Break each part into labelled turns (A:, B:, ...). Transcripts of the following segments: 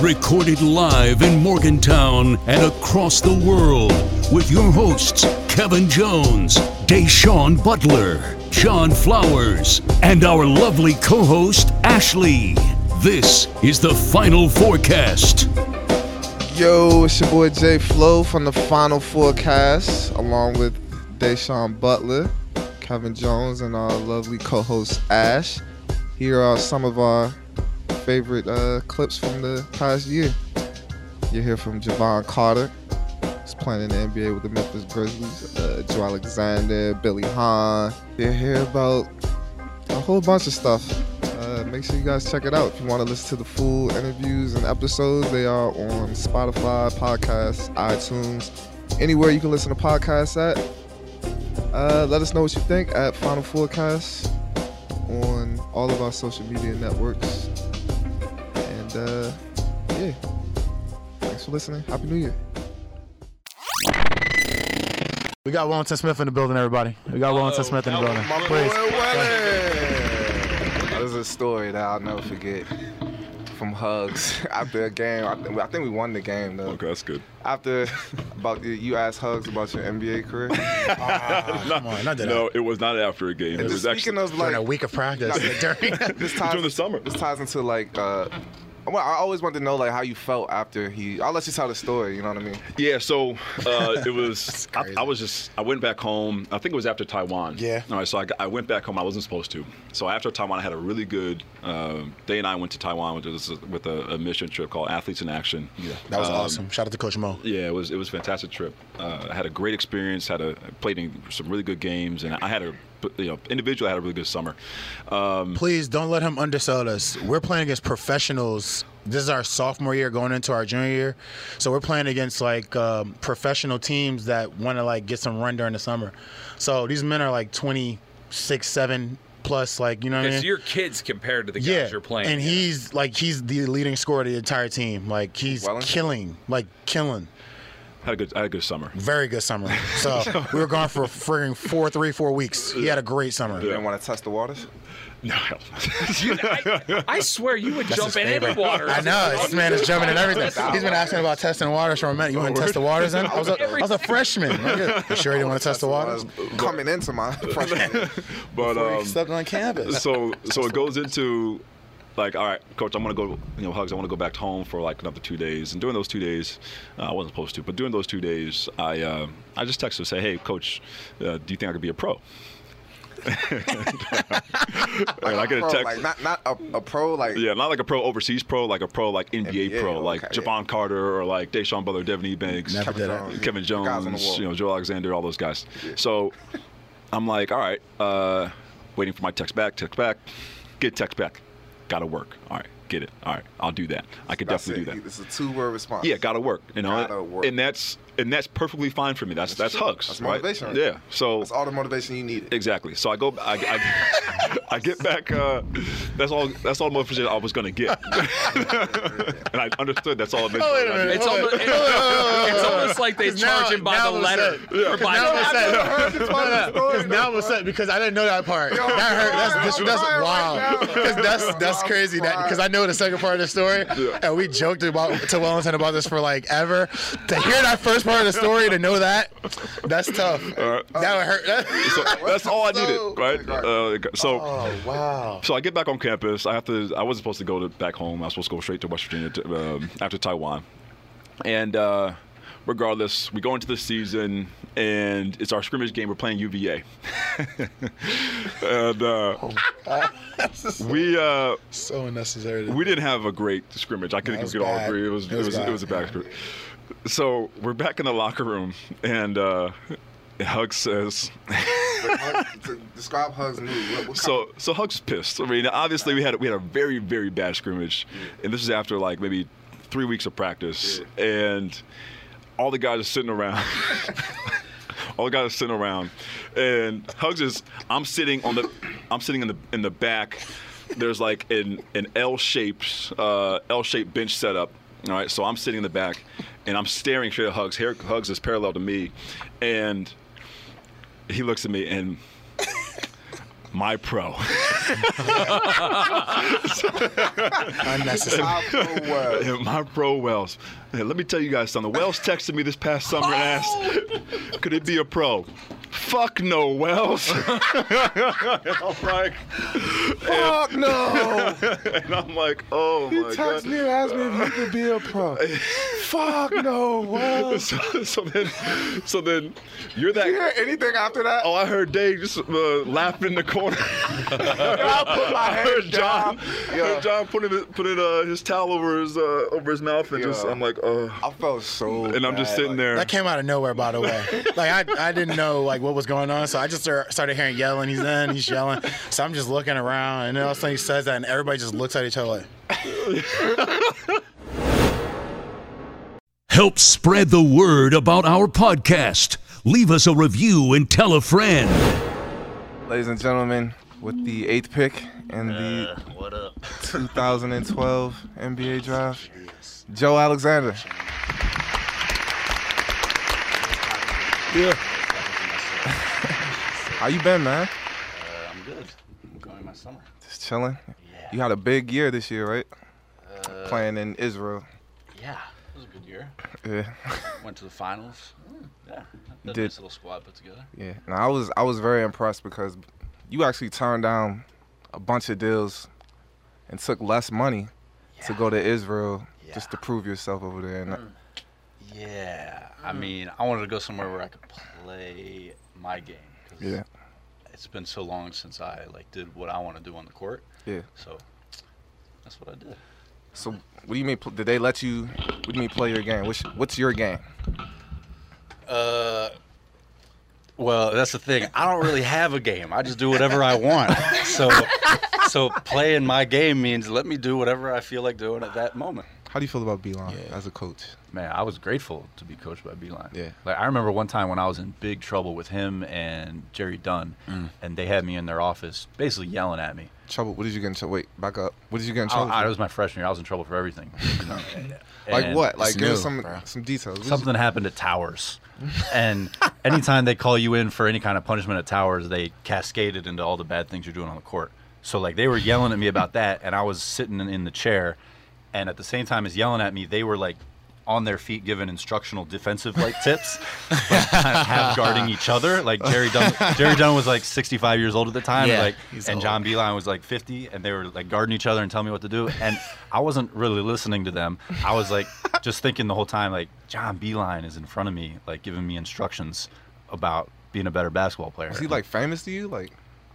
A: Recorded live in Morgantown and across the world with your hosts, Kevin Jones, Deshaun Butler, John Flowers, and our lovely co host, Ashley. This is the final forecast.
B: Yo, it's your boy Jay Flow from the Final Forecast, along with Deshaun Butler, Kevin Jones, and our lovely co-host Ash. Here are some of our favorite uh, clips from the past year. You hear from Javon Carter, who's playing in the NBA with the Memphis Grizzlies. Uh, Joe Alexander, Billy Hahn. You hear about a whole bunch of stuff. Uh, make sure you guys check it out. If you want to listen to the full interviews and episodes, they are on Spotify, podcasts, iTunes, anywhere you can listen to podcasts at. Uh, let us know what you think at Final Forecast on all of our social media networks. And uh, yeah, thanks for listening. Happy New Year.
C: We got Wellington Smith in the building, everybody. We got
D: Oh,
C: Wellington Smith in the building. Please.
E: There's a story that I'll never forget from Hugs after a game. I, think- I think we won the game though.
F: Okay, that's good.
E: After about the, you asked Hugs about your NBA career.
C: Come on, not that.
F: No, it was not after a game. It
E: Just
F: was
E: speaking
F: actually
E: of
C: During a
E: like
C: week of practice. During-
E: this ties,
F: during the summer.
E: This ties into like. Uh, well, I always wanted to know like how you felt after he. I'll let you tell the story. You know what I mean?
F: Yeah, so uh, it was. I,
C: crazy.
F: I was just. I went back home. I think it was after Taiwan.
C: Yeah.
F: All right, so I, got- I went back home. I wasn't supposed to. So after Taiwan, I had a really good. Um, they and I went to Taiwan with, this, with a, a mission trip called Athletes in Action. Yeah,
C: that was awesome. Shout out to Coach Mo.
F: Yeah, it was it was a fantastic trip. Uh, I had a great experience. Had a I played in some really good games, and I had a you know individually I had a really good summer.
D: Mm.
F: Um,
C: Please don't let him undersell us. We're playing against professionals. This is our sophomore year going into our junior year. So we're playing against like um, professional teams that want to like get some run during the summer. So these men are like 26, 7 plus, like, you know what I
D: It's
C: mean?
D: your kids compared to the guys
C: yeah,
D: you're playing.
C: and
D: against.
C: he's like he's the leading scorer of the entire team. Like he's
E: Wellington?
C: killing, like killing.
F: had a good I had a good summer.
C: Very good summer. So we were gone for frigging four, three, four weeks. He had a great summer.
E: You didn't want to test the waters.
F: No, hell no.
D: I, I swear you would jump in
C: his
D: any
C: favorite.
D: water.
C: I know this man is jumping in everything. He's been asking about testing waters for a minute. You want to test the waters in? I was a, I was a freshman. You sure you didn't want to test the waters?
E: Uh, Coming into my freshman. year.
F: But um,
C: Stepped on campus.
F: so so it goes into like all right coach i'm gonna go you know hugs i want to go back to home for like another two days and during those two days uh, i wasn't supposed to but during those two days i uh, i just texted her say hey coach uh, do you think i could be a pro uh, and i get a
E: Pro,
F: text
E: like not not a, a pro like
F: yeah, not like a pro overseas pro, like a pro like NBA,
E: NBA,
F: pro, like
E: okay, yeah.
F: Javon Carter or like Deshaun Butler, Devin Eubanks,
C: Never did
E: Jones.
C: it.
F: Kevin
E: Guys on the
F: Jones,
E: wall.
F: you know, Joe Alexander, all those guys. So I'm like, all right, uh, waiting for my text back, text back, get text back. Gotta work. All right, get it. All right, I'll do that. I could
E: That's
F: definitely
E: it.
F: do that.
E: It's a two-word response.
F: Yeah, gotta work. You know,
E: Gotta work.
F: and that's and that's perfectly fine for me. That's that's, hugs.
E: That's
F: right?
E: motivation right
F: Yeah.
E: there.
F: So
E: That's all the motivation you needed.
F: Exactly. So I go. I, I, I get back. Uh, that's all. That's all the motivation I was gonna get. and I understood. That's all. Eventually.
C: Oh, wait a minute.
D: It's almost, it- it's almost like they
C: Because now-
D: charge him by
C: now
D: the
C: it's
D: letter.
C: set.
D: Or by
C: Now it's set.
D: the
C: Because now what's up? Because I didn't know that part. That hurt. That's that's, that's wow. Because that's that's crazy. That because I know the second part of the story, and we joked about to Wellington about this for like ever. To hear that first part of the story, to know that, that's tough. That would hurt.
F: So that's all I needed,
E: So-
F: right? Uh, so.
C: Oh wow.
F: So I get back on campus. I have to. I wasn't supposed to go to back home. I was supposed to go straight to West Virginia to, um, after Taiwan. And uh, regardless, we go into the season, and it's our scrimmage game. We're playing UVA, and uh,
C: Oh,
F: we uh,
C: So unnecessary.
F: we didn't have a great scrimmage. I think
C: That
F: we
C: was
F: could all
C: bad.
F: agree it was it was,
C: bad.
F: it was a bad scrimmage. So we're back in the locker room, and uh, Hug says.
E: Hug- to describe Hugs' new. What, what kind
F: So so Hugs is pissed. I mean, obviously we had we had a very very bad scrimmage, and this is after like maybe three weeks of practice, and all the guys are sitting around. All the guys are sitting around, and Hugs is. I'm sitting on the, I'm sitting in the in the back. There's like an an L-shaped uh, L-shaped bench setup. All right, so I'm sitting in the back, and I'm staring straight at Hugs. Here, Hugs is parallel to me, and he looks at me and my pro.
C: Unnecessary.
E: Top of the world.
F: Yeah, My bro Wells. Man, let me tell you guys something. Wells texted me this past summer and asked, could it be a pro? Fuck no, Wells. and I'm like,
E: Fuck
F: Oh
E: no!
F: and I'm like, oh
E: He
F: my god.
E: texted me and asked me if he could be a pro. Fuck no! What?
F: So, so then, so then, you're
E: You
F: that.
E: hear anything after that?
F: Oh, I heard Dave just uh, laughing in the corner.
E: I put my
F: I heard
E: head
F: John,
E: down.
F: heard
E: Yeah.
F: John putting his- putting uh, his towel over his uh, over his mouth and just
E: Yeah.
F: I'm like, oh.
E: I felt so.
F: And I'm just
E: bad,
F: sitting
E: like,
F: there.
C: That came out of nowhere, by the way. Like I, I didn't know like what was going on, so I just start- started hearing yelling. He's in, he's yelling. So I'm just looking around, and then all of a sudden he says that, and everybody just looks at each other like.
A: Help spread the word about our podcast. Leave us a review and tell a friend.
E: Ladies and gentlemen, with the eighth pick in the 2012 NBA draft, Joe Alexander.
F: Yeah.
E: How you been, man?
G: I'm good. I'm going my summer.
E: Just chilling. You had a big year this year, right? Playing in Israel.
G: Yeah, it was a good year.
E: Yeah.
G: Went to the finals. Yeah, that
E: Did-
G: nice little squad put together.
E: Yeah, and I was I was very impressed because you actually turned down a bunch of deals and took less money to go to Israel just to prove yourself over there. And uh,
G: Yeah, Hmm. I mean, I wanted to go somewhere where I could play my game. 'cause
E: yeah,
G: It's been so long since I like did what I want to do on the court.
E: yeah.
G: So that's what I did.
E: So what do you mean? pl- Did they let you? What do you mean play your game? What's what's your game?
G: Uh, well, that's the thing. I don't really have a game. I just do whatever I want. So, so playing my game means let me do whatever I feel like doing at that moment.
E: How do you feel about Belon as a coach?
G: Man, I was grateful to be coached by Beeline.
E: Yeah.
G: Like I remember one time when I was in big trouble with him and Jerry Dunn,
E: Mm.
G: and they had me in their office basically yelling at me.
E: Trouble? What did you get in trouble? Wait, back up. What did you get in
G: I,
E: trouble?
G: Oh, I
E: for?
G: was my freshman year. I was in trouble for everything. you know.
E: like
G: And
E: what? Like give us
C: new,
E: some
C: bro.
E: some details. What did you-
G: Something happened at Towers, and anytime they call you in for any kind of punishment at Towers, they cascaded into all the bad things you're doing on the court. So like they were yelling at me about that, and I was sitting in- in the chair, and at the same time as yelling at me, they were like on their feet giving instructional defensive like tips, like, kind of half guarding each other. Like Jerry Dunn, Jerry Dunn was like 65 years old at the time,
C: Yeah,
G: like,
C: he's
G: and
C: old.
G: John Beeline was like 50, and they were like guarding each other and telling me what to do. And I wasn't really listening to them. I was like just thinking the whole time, like John Beeline is in front of me, like giving me instructions about being a better basketball player.
E: Was he like famous to you? Like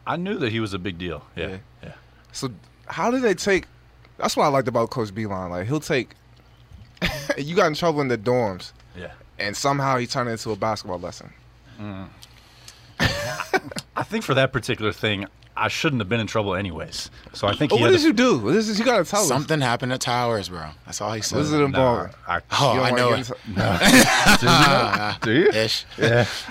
G: I knew that he was a big deal. Yeah,
E: Yeah.
G: yeah.
E: So how do they take? That's what I liked about Coach Beeline. Like he'll take. you got in trouble in the dorms,
G: yeah.
E: and somehow he turned it into a basketball lesson.
G: I think for that particular thing, I shouldn't have been in trouble anyways. So I think
E: But
G: he
E: Oh, what
G: had
E: did
G: to-
E: you do? What is this? You gotta tell us.
C: Something happened at Towers, bro. That's all he said.
E: What is it involving?
G: I,
C: Oh,
E: You don't
C: I
E: wanna
C: know
E: get
C: it.
E: into-
C: Do you? Ish.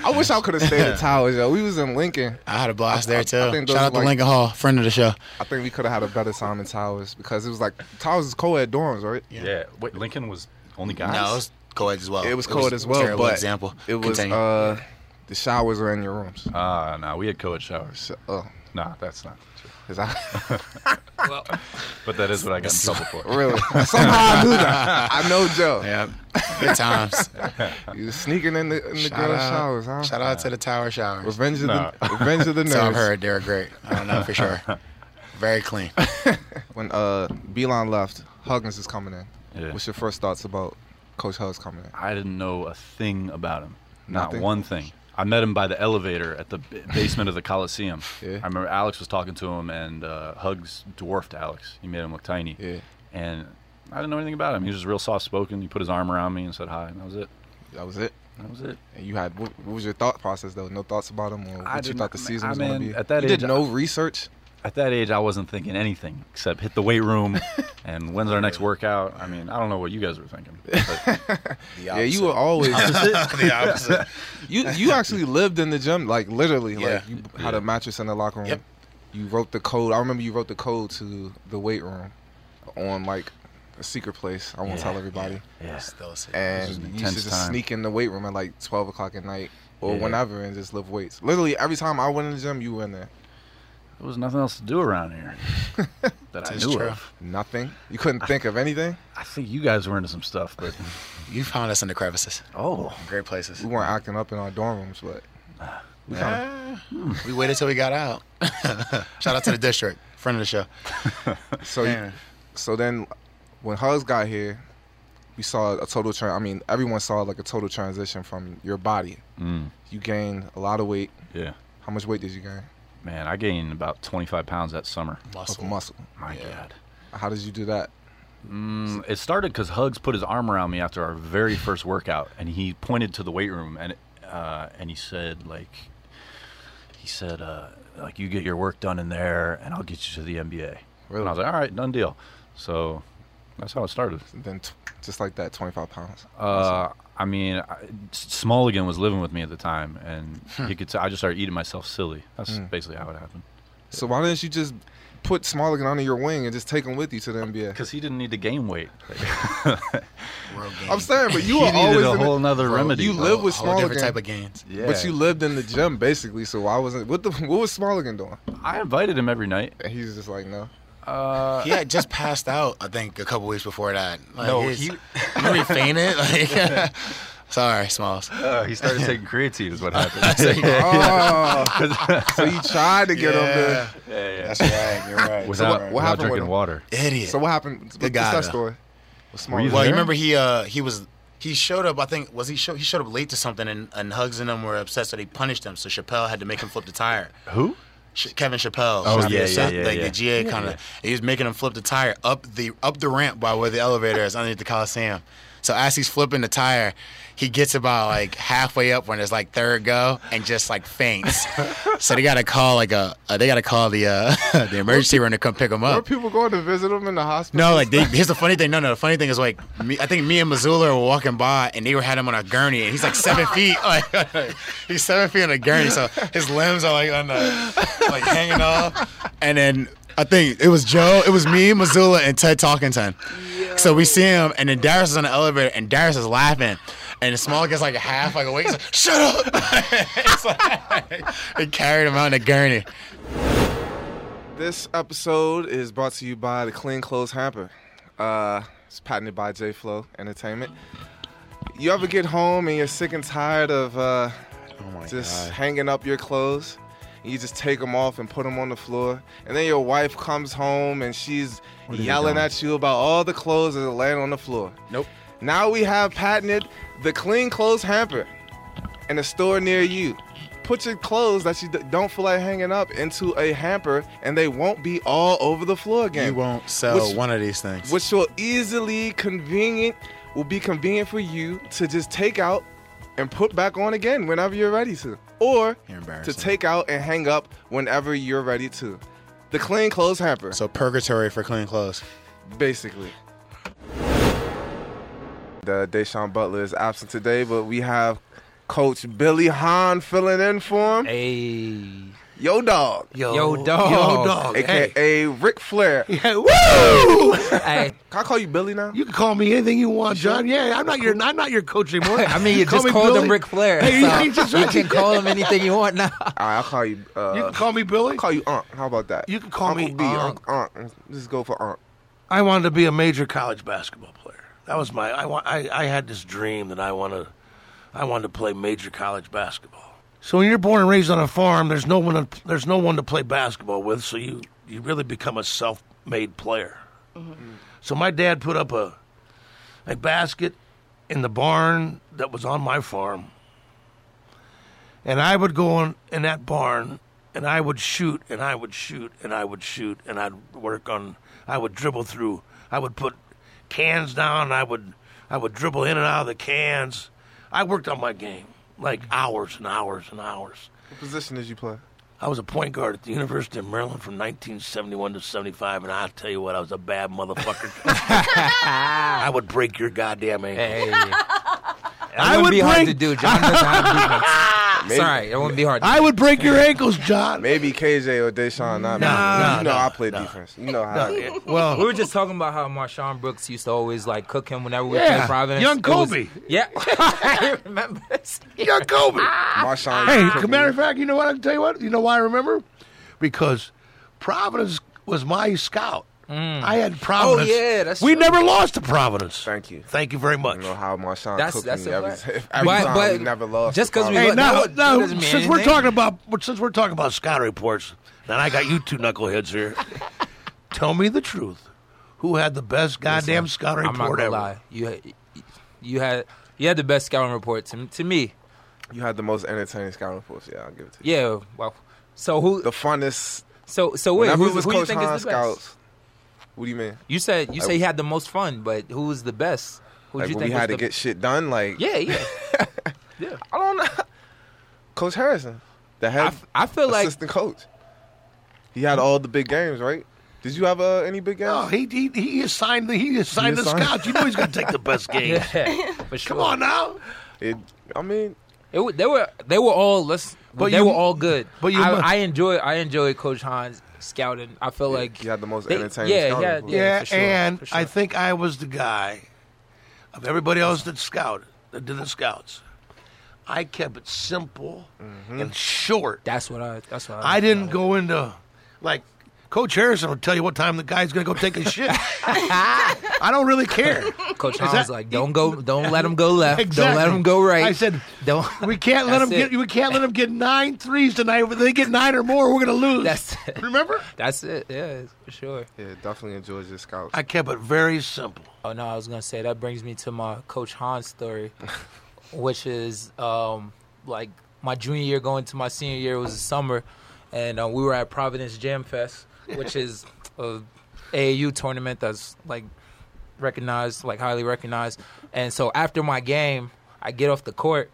E: I wish I could have stayed at Towers, yo. We was in Lincoln.
C: I had a blast
E: I- I
C: there too.
E: think those
C: Shout out
E: like-
C: to Lincoln Hall, friend of the show.
E: I think we could have had a better time in Towers because it was like Towers is co-ed dorms, right?
G: yeah. Wait, Lincoln was only guys.
C: No, it was co-ed as well.
E: It was co-ed as well,
C: terrible
E: but
C: example.
E: it was
C: Continue. Uh.
E: uh, the showers are in your rooms.
G: Ah, no, we had co-ed showers.
E: So, oh,
G: Nah, that's not true.
E: is that
D: Well,
G: But that is what I got in trouble for.
E: really? Somehow I knew that. I know Joe.
C: yeah, good times.
E: You was sneaking in the in the
C: Shout
E: girls'
C: out-
E: showers, huh?
C: Shout out to the Tower Showers.
E: Revenge of
G: Nah.
E: the Revenge of the Nerds.
C: So I've heard they're great. I don't know for sure. Very clean.
E: When uh Belon left, Huggins is coming in.
G: Yeah.
E: What's your first thoughts about Coach Hugs coming in?
G: I didn't know a thing about him. Not
E: Nothing?
G: one thing. I met him by the elevator at the b- basement of the Coliseum.
E: Yeah.
G: I remember Alex was talking to him, and uh, Hugs dwarfed Alex. He made him look tiny.
E: Yeah.
G: And I didn't know anything about him. He was just real soft spoken. He put his arm around me and said hi, and that was it.
E: That was it.
G: That was it.
E: And you had what, what was your thought process though? No thoughts about him or what
G: I
E: you
G: didn't-
E: thought the
G: I
E: season was gonna
G: mean,
E: be?
G: at that
E: you did
G: age,
E: no research.
G: At that age, I wasn't thinking anything except hit the weight room and when's our next workout. I mean, I don't know what you guys were thinking. But
E: Yeah, you were always
C: the opposite.
E: you you actually lived in the gym like literally
C: Yeah.
E: like you had a mattress in the locker room.
C: Yep.
E: You wrote the code. I remember you wrote the code to the weight room on like a secret place. I won't tell everybody.
G: yeah.
C: Still sick.
E: and
G: This is an
E: you used to
G: intense
E: just
G: time.
E: sneak in the weight room at like 12 o'clock at night or
G: Yeah.
E: whenever and just lift weights. Literally, every time I went in the gym, you were in there.
G: there was nothing else to do around here that I
C: That's
G: knew
C: true.
G: of.
E: Nothing. You couldn't think of anything.
G: I think you guys were into some stuff, but
C: You found us in the crevices.
G: oh,
C: Great places.
E: We weren't acting up in our dorm rooms, but we kind
C: We waited till we got out. Shout out to the district, friend of the show.
E: of. So, you, so then, when Hugs got here, we saw a total. Tra- I mean, everyone saw like a total transition from your body.
G: Mm.
E: You gained a lot of weight.
G: yeah,
E: How much weight did you gain?
G: man, I gained about 25 pounds that summer.
E: Of
C: Muscle.
E: muscle.
G: My God.
E: How did you do that?
G: Mm, it started because Hugs put his arm around me after our very first workout, and he pointed to the weight room and uh, and he said like, he said uh, like you get your work done in there, and I'll get you to the NBA. And I was like, all right, done deal. So that's how it started.
E: Then, t- just like that, 25 pounds.
G: Uh, I mean, I, S- Smulligan was living with me at the time, and he could. T- I just started eating myself silly. That's basically how it happened.
E: So why didn't you just put Smalligan under your wing and just take him with you to the NBA?
G: Because he didn't need to gain weight.
C: Real gains.
E: I'm saying, but you
G: he
E: were always
G: needed a
E: in the-
G: whole nother remedy.
E: You live with
C: Whole different type
E: Smalligan,
C: of gains.
G: yeah.
E: but you lived in the gym basically. So why wasn't what the what was Smalligan doing?
G: I invited him every night.
E: And he's just like, no.
C: Uh, He had just passed out, I think, a couple weeks before that. Like,
G: No,
C: he's-
G: he-
C: Remember he fainted? Like, sorry, Smalls.
G: Uh, he started taking creatine, is what happened.
E: Oh, so you tried to get him
C: That's right. You're right.
G: without,
E: So what-
G: without
E: what happened with
G: drinking
E: him?
G: water.
E: to.
C: Idiot.
E: So what happened? What's
C: guy,
E: that
C: though.
E: story? With
G: you
E: Smalligan?
C: well, you
G: there?
C: remember he uh he was he showed up. I think was he show, he showed up late to something, and, and Hugs and them were upset, so they punished him. So Chappelle had to make him flip the tire.
G: Who?
C: Sh- Kevin Chappelle.
G: Oh,
C: Chappelle,
G: yeah, yeah,
C: so-
G: yeah,
C: Like
G: yeah.
C: the GA kind of. He was making him flip the tire up the up the ramp by where the elevator is underneath the Coliseum. So as he's flipping the tire, he gets about like halfway up when it's like third go and just like faints. so they gotta call like a uh, they gotta call the uh, the emergency room to come pick him
E: were
C: up.
E: people going to visit him in the hospital?
C: No, like they, here's the funny thing. No, no, the funny thing is like me, I think me and Missoula were walking by and they were had him on a gurney and he's like seven feet. Like, he's seven feet on a gurney, so his limbs are like on the like hanging off. And then I think it was Joe, it was me, Missoula, and Ted Talkington. So we see him and then Darius is on the elevator and Darius is laughing. And the small gets like half like awake. He's like, Shut up! it's like, they carried him out in a gurney.
E: This episode is brought to you by the Clean Clothes Hamper. Uh, it's patented by J Flow Entertainment. You ever get home and you're sick and tired of uh,
C: Oh
E: just hanging up your clothes? And you just take them off and put them on the floor, and then your wife comes home and she's yelling at you about all the clothes that are laying on the floor.
C: Nope.
E: Now we have patented the Clean Clothes Hamper in a store near you. Put your clothes that you d- don't feel like hanging up into a hamper, and they won't be all over the floor again.
C: You won't sell
E: Which-
C: one of these things.
E: Which will easily convenient will be convenient for you to just take out and put back on again whenever you're ready to, or
C: You're
E: to
C: embarrassing.
E: take out and hang up whenever you're ready to. The Clean Clothes Hamper,
C: So purgatory for clean clothes.
E: basically. The Deshaun Butler is absent today, but we have Coach Billy Hahn filling in for him.
H: Hey,
E: Yo, dog.
H: yo, dog, yo, dog.
E: AKA Ric Flair. Can
H: Hey, woo! hey,
E: I call you Billy now?
H: you can call me anything you want, John. Yeah, I'm not your, I'm not your coach anymore. I mean, you
I: just called him Ric Flair.
H: Hey,
I: so
H: you just-
I: you can call him anything you want now.
E: All right, I'll call you. Uh,
H: You can call me Billy.
E: I'll call you Unc. How about that?
H: You can call
E: Uncle
H: me
E: B.
H: Unc.
E: Unc. Unc. Let's go for Unc.
H: I wanted to be a major college basketball player. That was my. I want. I, I had this dream that I wanted. I wanted to play major college basketball. So when you're born and raised on a farm, there's no one. To, there's no one to play basketball with. So you you really become a self-made player. So my dad put up a a basket in the barn that was on my farm, and I would go in, in that barn and I would shoot and I would shoot and I would shoot and I'd work on I would dribble through. I would put cans down, I would I would dribble in and out of the cans. I worked on my game like hours and hours and hours.
E: What position did you play?
H: I was a point guard at the University of Maryland from 1971 to 75, and I'll tell you what, I was a bad motherfucker. I would break your goddamn ankle.
I: Hey,
H: I
I: it
H: would
I: wouldn't be hard
H: break.
I: to do. John doesn't have movements. Sorry, it wouldn't be hard. To
H: I would break your ankles, John.
E: Maybe KJ or Deshaun. Not me.
H: nah,
E: you know
H: nah,
E: I play defense. You know how. I
H: Well,
I: do. We were just talking about how Marshawn Brooks used to always like cook him whenever we
H: Yeah,
I: played Providence.
H: young
I: It was-
H: Kobe.
I: yeah, I remember.
H: yeah, Kobe.
E: Marshawn.
H: Hey,
E: took
H: as a matter
E: me.
H: of fact, you know what? I'll tell you what. You know why I remember? Because Providence was my scout. I had Providence.
I: Oh, yeah, that's
H: we
I: true.
H: never lost to Providence.
E: Thank you.
H: Thank you very much.
E: You know how Marshawn
I: That's-
E: cooked
I: that's
E: me
I: a
E: every,
I: fact.
E: every
I: But-
E: time
I: but
E: we never lost.
I: just 'cause we
H: Hey,
I: But
H: now,
I: that
H: now,
I: doesn't mean eh?
H: since
I: anything.
H: we're talking about since we're talking about scout reports, and I got you two knuckleheads here, tell me the truth. Who had the best goddamn scout
I: I'm not
H: report
I: gonna
H: ever?
I: lie. You had, you had you had the best scouting report to to me.
E: you had the most entertaining scouting reports. Yeah, I'll give it to you.
I: Yeah. Wow. So who?
E: The funnest.
I: So so wait.
E: whenever
I: Who,
E: it was
I: who you
E: Coach
I: think is the
E: Hines
I: best?
E: scouts. What do you mean?
I: You said you say he had the most fun, but who was the best? Who
E: Like
I: you
E: when we
I: was
E: had to
I: the-
E: get shit done. Like
I: Yeah, yeah.
E: I don't know. Coach Harrison, the
I: I,
E: head
I: f- I feel like
E: assistant coach. He had all the big games, right? Did you have uh, any big games?
H: No, he he he assigned the he assigned
E: He
H: the
E: assigned-
H: scouts. You know he's gonna take the best game.
I: yeah, for sure.
H: Come on now.
E: It, I mean,
I: It, wa- they were they were all let's
H: But
I: they
H: you-
I: were all good.
H: but you
I: I,
H: mu-
I: I enjoy I enjoy Coach Hans scouting. I feel like
E: he had the most
I: they-
E: entertaining
I: yeah,
E: scouting
I: yeah,
E: report.
I: yeah.
H: Yeah,
I: for sure,
H: and
I: for sure.
H: I think I was the guy of everybody else that scouted, that did the scouts. I kept it simple
I: Mm-hmm.
H: and short.
I: that's what I that's what I,
H: I didn't go into like Coach Harrison will tell you what time the guy's gonna go take a shit. I don't really care.
I: Coach
H: that-
I: Hans like don't go don't let him go left. Don't let
H: Exactly.
I: him go right.
H: I said,
I: don't.
H: We can't let them
I: That's
H: get.
I: it.
H: We can't let them get nine threes tonight. If they get nine or more, we're gonna lose.
I: That's it.
H: Remember?
I: That's it. Yeah, for sure.
E: yeah, definitely enjoys the scouts.
H: I kept it very simple.
I: Oh no, I was gonna say that brings me to my Coach Hans story, which is um, like my junior year going to my senior year was the summer, and uh, we were at Providence Jam Fest, which is a AAU tournament that's like recognized, like highly recognized. And so after my game, I get off the court,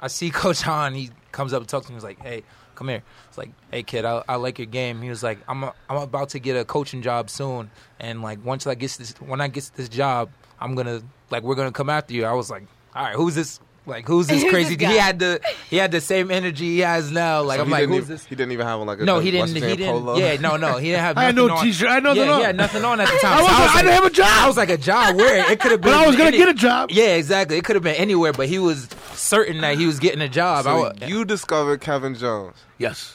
I: I see Coach Han. He comes up and talks to me. He's like, "Hey, come here." It's like, "Hey, kid, I, I like your game." He was like, "I'm a, I'm about to get a coaching job soon, and like once I get this, when I get this job, I'm gonna like we're gonna come after you." I was like, "All right, who's this?" Like who's this
J: Who's
I: crazy?
J: this guy?
I: he had the he had the same energy he has now. Like
E: So
I: I'm
E: he
I: like,
E: didn't
I: who's
E: even,
I: this?
E: He didn't even have like a
I: No,
E: like,
I: he didn't. He
E: Western
I: didn't.
E: polo.
I: Yeah, no, no, he didn't have.
H: I had
I: nothing
H: no
I: on.
H: t-shirt, I had nothing
I: yeah,
H: on.
I: He had nothing on at the time.
H: I
I: So
H: wasn't-
I: was
H: I didn't
I: like-
H: have a job.
I: I was like a job where it could have been.
H: But I was gonna
I: any-
H: get a job.
I: Yeah, exactly. It could have been anywhere, but he was certain that he was getting a job. I
E: So
I: wa-
E: you discovered Kevin Jones.
H: Yes.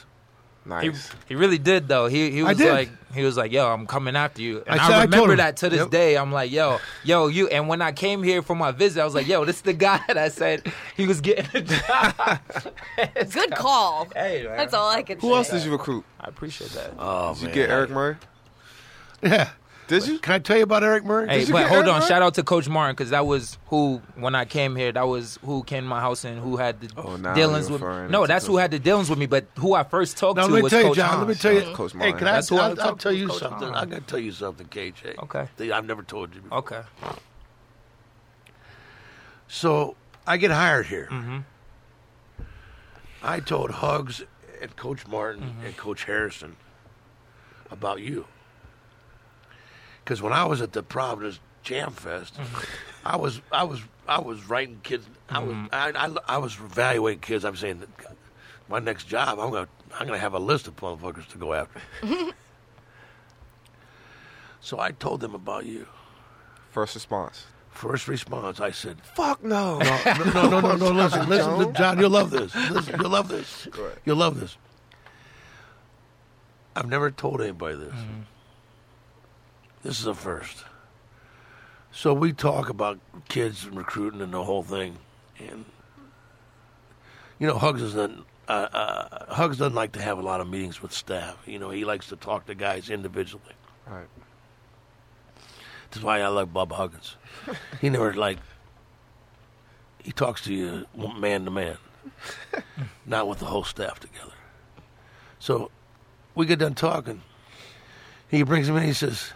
I: he,
E: Nice.
I: he really did though. He he was
H: did.
I: like he was like, "Yo, I'm coming after you." And
H: I
I: I,
H: said- I told
I: remember
H: him.
I: that to this
H: Yep.
I: day. I'm like, "Yo, yo, you." And when I came here for my visit, I was like, "Yo, this is the guy that said he was getting a job."
J: Good call.
I: hey, man,
J: That's all I could
E: Who
J: say.
E: else did you recruit?
I: I appreciate that.
H: Oh
E: Did you get Eric Murray?
H: Yeah.
E: Did you?
H: Can I tell you about Eric Murray?
I: Hey,
E: you
I: but
E: get
I: hold
E: Eric
I: on.
E: Murray?
I: Shout out to Coach Martin because that was who when I came here. That was who came to my house and who had the
E: Oh, now
I: dealings
E: you're
I: with.
E: referring
I: No,
E: to
I: that's who
E: Coach-
I: had the dealings with me. But who I first talked
H: Now
I: to
H: let me
I: was
H: tell you,
I: Coach
H: John. Let me
I: Hans.
H: tell you.
E: That's Coach
H: hey, can I?
I: That's who I
H: I,
I: was
H: I'll
I: talking
H: tell
I: to,
H: you
I: Coach
H: something.
I: Hahn.
H: I gotta tell you something, KJ.
I: Okay.
H: That I've never told you. Before.
I: Okay.
H: So I get hired here. I told Hugs and Coach Martin and Coach Harrison about you. Because when I was at the Providence Jam Fest, I was I was I was writing kids. I was I, I, I was evaluating kids. I'm saying, my next job, I'm gonna I'm gonna have a list of motherfuckers to go after. so I told them about you.
E: First response.
H: First response, I said,
E: Fuck no.
H: no, no, no, no, no. Listen, listen, to John. You'll love this. Listen, you'll love this. You'll love this. I've never told anybody this.
E: Mm-hmm.
H: This is a first. So we talk about kids and recruiting and the whole thing, and you know, Hugs doesn't. Uh, uh, Hugs doesn't like to have a lot of meetings with staff. You know, he likes to talk to guys individually.
E: Right.
H: That's why I like Bob Huggins. He never like. He talks to you man to man, not with the whole staff together. So, we get done talking. He brings me in. He says,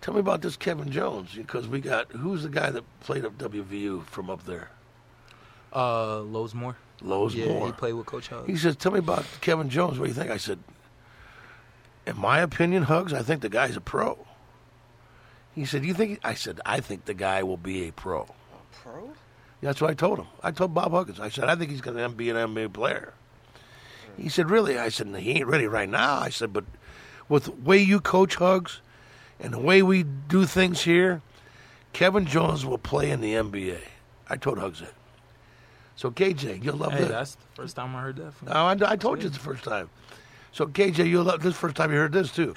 H: "Tell me about this Kevin Jones because we got who's the guy that played up WVU from up there?
I: Uh, Lowesmore.
H: Lowe's
I: Yeah,
H: Moore.
I: he played with Coach Hans.
H: He says, "Tell me about Kevin Jones. What do you think?" I said, "In my opinion, Hugs, I think the guy's a pro." He said, "You think?" I said, "I think the guy will be a pro." pro? That's what I told him. I told Bob Huggins. I said, "I think he's going to be an NBA player." He said, "Really?" I said, "He ain't ready right now." I said, "But with the way you coach Hugs and the way we do things here, Kevin Jones will play in the NBA." I told Hugs that. So KJ, you'll love
I: Hey,
H: this.
I: that's the first time I heard that. From
H: Oh, I, I told you it's the first time. So KJ, you love this is the first time you heard this too.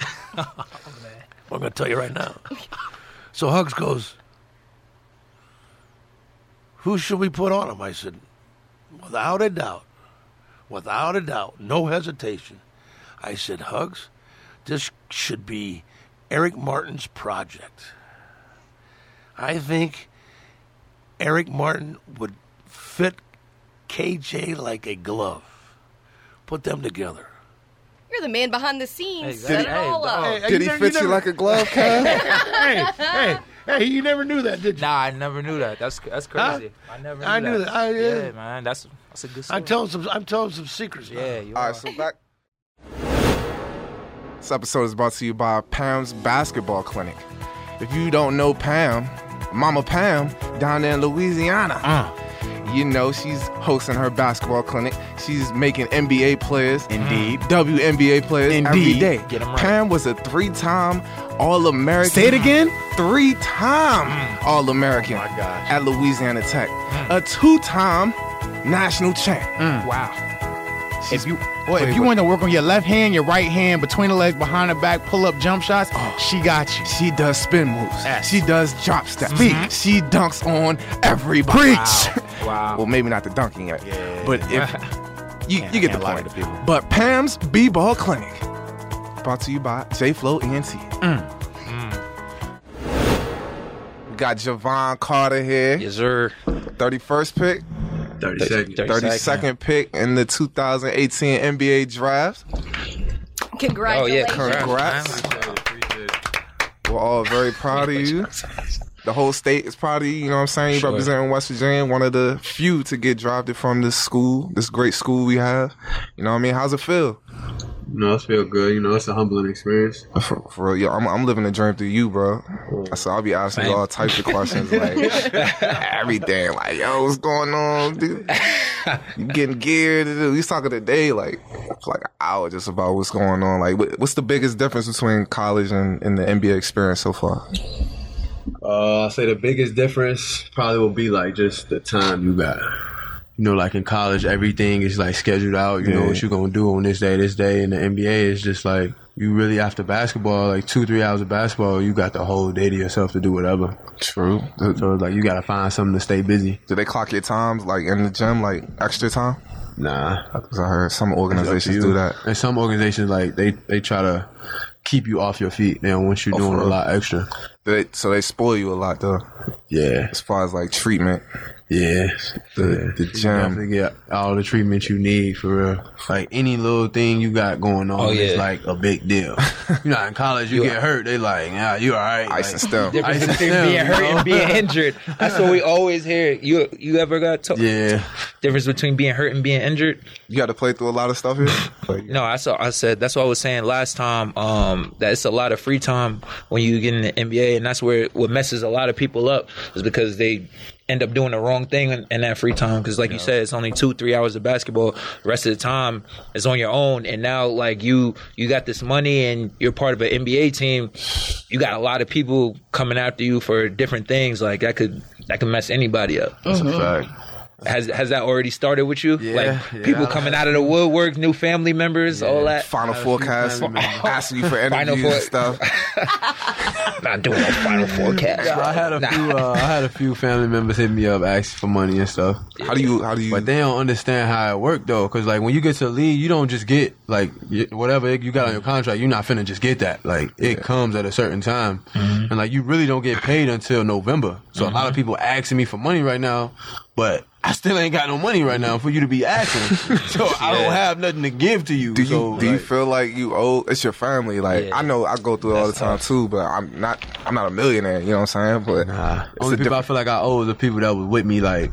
H: I'm going to tell you right now. So Hugs goes, "Who should we put on him?" I said, "Without a doubt, without a doubt, no hesitation." I said, "Hugs, this should be Eric Martin's project. I think Eric Martin would fit KJ like a glove. Put them together."
J: You're the man behind the scenes.
H: Exactly.
J: Set it all up.
H: Hey,
B: Did he
H: never-
B: fit you,
H: you never-
B: like a glove, Kev?
H: hey, hey, hey, you never knew that, did you?
I: Nah, I never knew that. That's that's
H: Huh?
I: crazy. I never. Knew
H: I knew that. I- yeah.
I: man. That's that's a good. Story.
H: I'm telling some. I'm telling some secrets. now.
I: Yeah, you
B: All
I: are.
B: right, so back.
E: This episode is brought to you by Pam's Basketball Clinic. If you don't know Pam, Mama Pam, down there in Louisiana,
K: Ah.
E: you know she's hosting her basketball clinic. She's making NBA players, indeed, WNBA players every
K: Indeed.
E: day.
I: Get 'em right.
E: Pam was a three-time All-American.
K: Say it again. Mm. Oh
E: Three-time All-American at Louisiana Tech. A two-time national champ.
I: Wow.
K: Mm. If you well, if you want to work on your left hand, your right hand, between the legs, behind the back, pull up jump shots, she got you.
E: Oh. She does spin moves.
K: Yes. Mm-hmm.
E: She does drop steps. She dunks on everybody.
I: Wow.
E: well, maybe not the dunking yet. But if you, you get the
K: can't lie
E: point.
K: to people.
E: But Pam's B-Ball Clinic, brought to you by E J-Flow ENT.
K: Mm.
D: Mm.
E: We got Javon Carter here.
D: Yes, sir.
E: 31st pick,
L: 30 seconds.
E: 32nd pick in the 2018 NBA draft.
D: Oh, yeah.
J: Congratulations.
E: Congrats. We're all very proud of you. The whole state is proud of you. You know what I'm saying? You representing West Virginia, one of the few to get drafted from this school, this great school we have. You know what I mean? How's it feel?
L: You know, I feel good. You know, it's a humbling experience.
E: For, for real, yo, I'm, I'm living a dream through you, bro.
L: Mm.
E: So I'll be asking you all types of questions, like everything, like yo, what's going on, dude? You getting geared? dude? We talking today, like for like an hour, just about what's going on. Like, what, what's the biggest difference between college and, and the NBA experience so far?
L: Uh, I say the biggest difference probably will be like just the time you got. You know, like in college, everything is like scheduled out. You know what you're gonna do on this day, this day. In the NBA, it's just like you really after basketball, like two, three hours of basketball, you got the whole day to yourself to do whatever.
E: True.
L: So it's like you gotta find something to stay busy.
E: Do they clock your times like in the gym, like extra time?
L: Nah,
E: Because I heard
L: It's
E: some
L: up to
E: organizations
L: you.
E: do that.
L: And some organizations like they they try to keep you off your feet. They don't want you
E: Oh, for
L: doing a
E: real?
L: lot extra.
E: They, so they spoil you a lot though,
L: Yeah,
E: as far as like treatment.
L: yeah.
E: The- the
L: You
E: gym.
L: definitely get all the treatment you need for real. Like any little thing you got going on
D: Oh,
L: is
D: yeah.
L: like a big deal. you know, in college you, get hurt, they like, yeah, you all right.
E: Ice and
L: like,
E: stuff.
L: Ice
D: Difference
L: and
D: between
L: stem,
D: being
L: you
D: hurt
L: know?
D: and being injured. That's what we always hear. You you ever got to-
L: Yeah,
D: difference between being hurt and being injured?
E: You got to play through a lot of stuff here. Like,
D: No, I saw. I said that's what I was saying last time. Um, that it's a lot of free time when you get in the NBA, and that's where what messes a lot of people up is because they end up doing the wrong thing in, in that free time. Because like you said, it's only two, three hours of basketball. The rest of the time is on your own. And now like you, you got this money, and you're part of an NBA team. You got a lot of people coming after you for different things. Like that could that could mess anybody up.
L: that's a fact.
D: Has has that already started with you?
L: Mm. Yeah,
D: like
L: yeah,
D: people
L: I-
D: coming out of the woodwork, new family members, all that.
E: Final forecast,
L: family members.
E: asking you for
D: Final
E: interviews and stuff.
D: Not doing no final forecast.
L: Yeah, I had a few. Uh, I had a few family members hit me up asking for money and stuff.
E: How do you? How do you?
L: But they don't understand how it worked though, because like when you get to the league, you don't just get like y- whatever you got on your contract. You're not finna just get that. Like it comes at a certain time, and like you really don't get paid until November. So a lot of people asking me for money right now, but I still ain't got no money right now for you to be asking. so I don't have nothing to give to you.
E: do you
L: so,
E: do you
L: like,
E: feel like you owe? It's your family. Like
D: Yeah.
E: I know I go through it all the time too, but I'm not. I'm not a millionaire. You know what I'm saying? But
L: Nah.
E: uh, it's
L: Only
E: a
L: people I
E: different-
L: feel like I owe is the people that was with me, like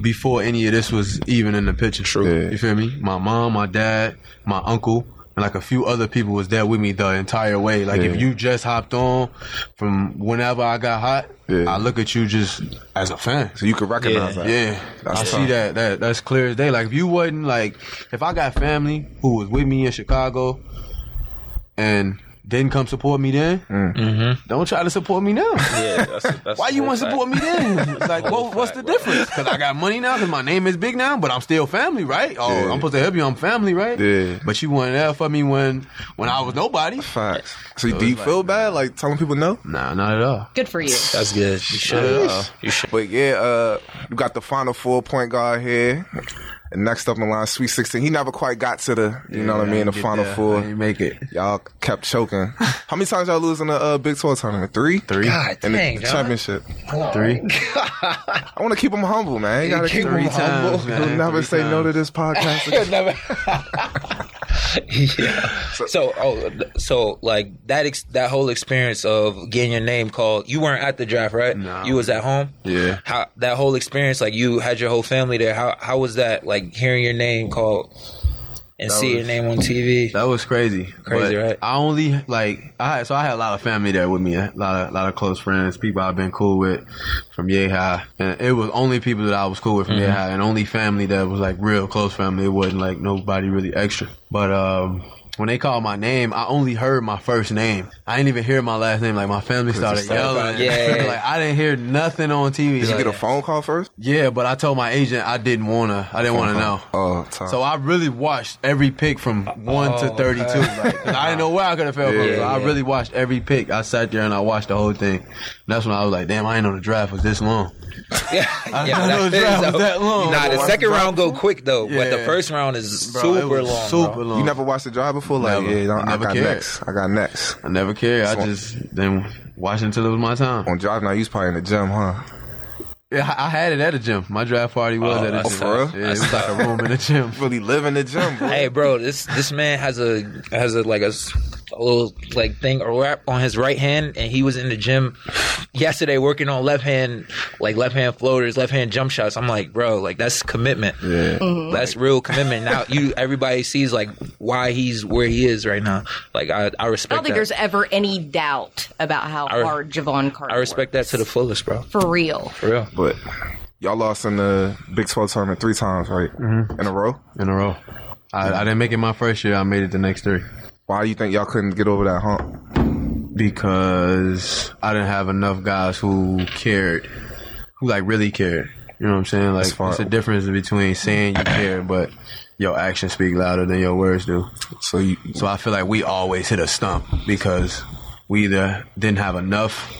L: before any of this was even in the picture. True.
E: Yeah.
L: You feel me? My mom, my dad, my uncle, and like a few other people was there with me the entire way. Like
E: Yeah.
L: if you just hopped on from whenever I got hot,
E: Yeah.
L: I look at you just as a fan.
E: so you can recognize that.
L: Yeah,
E: That's
L: I
E: tough.
L: see that. That that's clear as day. Like if you wasn't like, if I got family who was with me in Chicago, and didn't come support me then, don't try to support me now.
M: Yeah, that's, that's
L: Why you
M: a
L: want to
M: fact.
L: support me then? It's like, well, what's the difference? Because I got money now, because my name is big now, but I'm still family, right? Oh,
M: Yeah.
L: I'm supposed to help you. I'm family, right?
M: Yeah.
L: But you weren't there for me when when I was nobody.
E: Facts.
L: So,
E: do you feel bad, like telling people no?
L: Nah, not at all.
J: Good for you.
I: That's good. You
J: should.
E: But yeah, uh, we got the final four point guard here. And next up in line, Sweet 16. He never quite got to the, you know what I
L: Yeah,
E: mean, the
L: didn't get
E: final
L: there.
E: four.
L: Didn't make it.
E: Y'all kept choking. How many times y'all lose in the uh, Big 12 tournament? Three? Three.
L: God
E: in
L: dang,
E: the
L: John.
E: championship.
L: Three.
E: I want to keep him humble, man. You
L: Yeah,
E: got to
L: keep
E: keep
L: him
E: him humble.
L: times, man.
E: He'll never
L: Three
E: say no to this podcast. again.
I: So, oh, th- so like that ex- that whole experience of getting your name called. You weren't at the draft, right? No. You was at home.
L: Yeah.
I: How that whole experience, like you had your whole family there. How how was that? Like hearing your name called and
L: That
I: see your
L: was-
I: name on TV.
L: That was crazy.
I: Crazy,
L: But
I: right?
L: I only like I had, so I had a lot of family there with me, a lot of lot of close friends, people I've been cool with from Yeh High, and it was only people that I was cool with from
M: Mhm.
L: Yeh High, and only family that was like real close family. It wasn't like nobody really extra. But um, when they called my name, I only heard my first name. I didn't even hear my last name. Like my family started yelling.
M: Yeah.
L: like I didn't hear nothing on TV.
E: Did you
L: like-
E: get a phone call first?
L: yeah, but I told my agent I didn't wanna. I didn't wanna know.
E: Oh, time.
L: So I really watched every pick from
I: Uh,
L: one to
M: Oh,
L: thirty-two.
M: okay.
L: Like, I didn't know where I could have fell
M: Yeah,
L: from. So I
M: yeah.
L: really watched every pick. I sat there and I watched the whole thing. And that's when I was like, "Damn, I ain't know the draft was this long." I
I: Yeah,
L: didn't know
I: that
L: the
I: fits,
L: draft
I: though.
L: was that long.
I: Nah, the second round go quick though, but the
L: Yeah.
I: first round is
L: Bro, it
I: super
L: was
I: long.
L: super
I: bro.
L: long.
E: You never watched the drive before? Like,
L: Never.
E: yeah, I,
L: Never
E: got
L: cared.
E: next. I got next.
L: I never cared. I just then watched until it was my time.
E: On drive now, you was probably in the gym, huh?
L: Yeah, I I had it at a gym. My draft party was
I: Oh,
L: at a
I: that's
L: gym.
I: tough.
L: Yeah, it
I: That's
L: was like a
I: tough.
L: room in the gym.
E: Really live in the gym.
I: Hey, bro, this this man has a has a like a, s- a little like thing a wrap on his right hand, and he was in the gym yesterday working on left hand like left hand floaters, left hand jump shots. I'm like, bro, like that's commitment.
L: Yeah.
J: Mm-hmm.
M: Mhm.
I: that's real commitment. Now you everybody sees like why he's where he is right now. Like I I
J: I
I: respect.
J: don't think
I: that.
J: there's ever any doubt about how
I: I re-
J: hard Javon Carter
I: I respect that to the fullest, bro.
J: for real.
I: For real.
E: But y'all lost in the Big 12 tournament three times, right? In a row?
L: In a row. I, I didn't make it my first year. I made it the next three.
E: Why do you think y'all couldn't get over that hump?
L: Because I didn't have enough guys who cared, who like really cared. You know what I'm saying? Like,
E: That's fine.
L: it's a difference between saying you care, but your actions speak louder than your words do.
E: So, you,
L: so I feel like we always hit a stump because we either didn't have enough.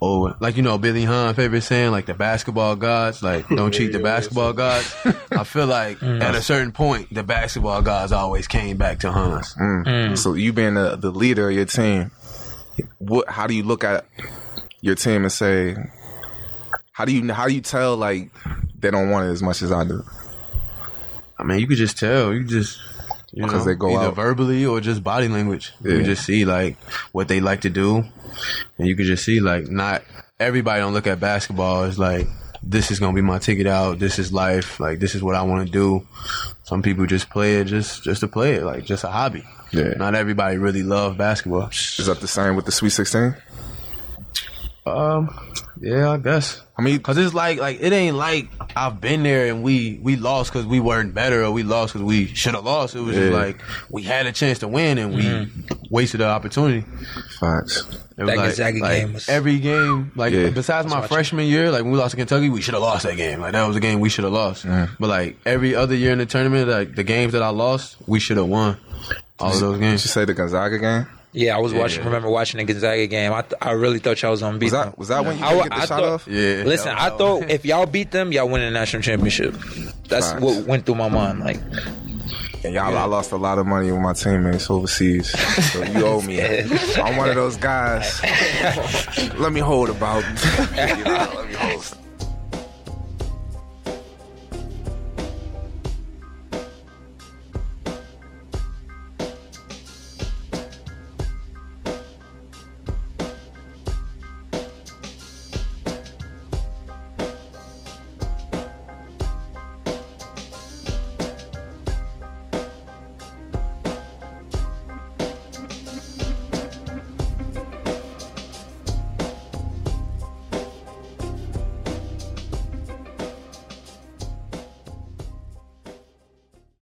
L: or like you know, Billy Hahn favorite saying, like the basketball gods, like don't cheat the basketball gods. I feel like
E: Mm.
L: at a certain point, the basketball gods always came back to Hans.
E: Mm. So you being the, the leader of your team, what? How do you look at your team and say, how do you how do you tell like they don't want it as much as I do?
L: I mean, you could just tell. You just you
E: Because
L: know,
E: they go
L: either
E: out.
L: verbally or just body language. You
E: Yeah.
L: just see like what they like to do, and you could just see like not everybody don't look at basketball as like this is gonna be my ticket out. This is life. Like this is what I want to do. Some people just play it just just to play it, like just a hobby.
E: Yeah.
L: Not everybody really love basketball.
E: Is that the same with the Sweet Sixteen?
L: Um, yeah, I guess.
E: I mean,
L: cause it's like like it ain't like I've been there and we we lost cause we weren't better or we lost cause we should have lost. It was just
E: Yeah.
L: like we had a chance to win and we wasted the opportunity.
E: Facts.
L: It was
I: That
L: like,
I: Gonzaga
L: like,
I: game was-
L: every game like
E: Yeah.
L: besides my
I: Watch it.
L: freshman year like when we lost to Kentucky we should have lost that game like that was a game we should have lost. But like every other year in the tournament like the games that I lost we should have won all of those games.
E: Did you say the Gonzaga game?
I: Yeah, I was
L: Yeah.
I: watching. Remember watching the Gonzaga game? I, th- I really thought y'all was unbeaten.
E: Was that- was that when you
I: I
E: couldn't
I: wa-
E: get the
I: I
E: shot
I: thought-
E: off?
L: Yeah.
I: Listen, I thought if y'all beat them, y'all win the national championship. That's
E: Facts.
I: what went through my mind. Like,
E: And y'all, I lost a lot of money with my teammates overseas. So you owe me. I'm one of those guys. Let me hold about. Let me hold.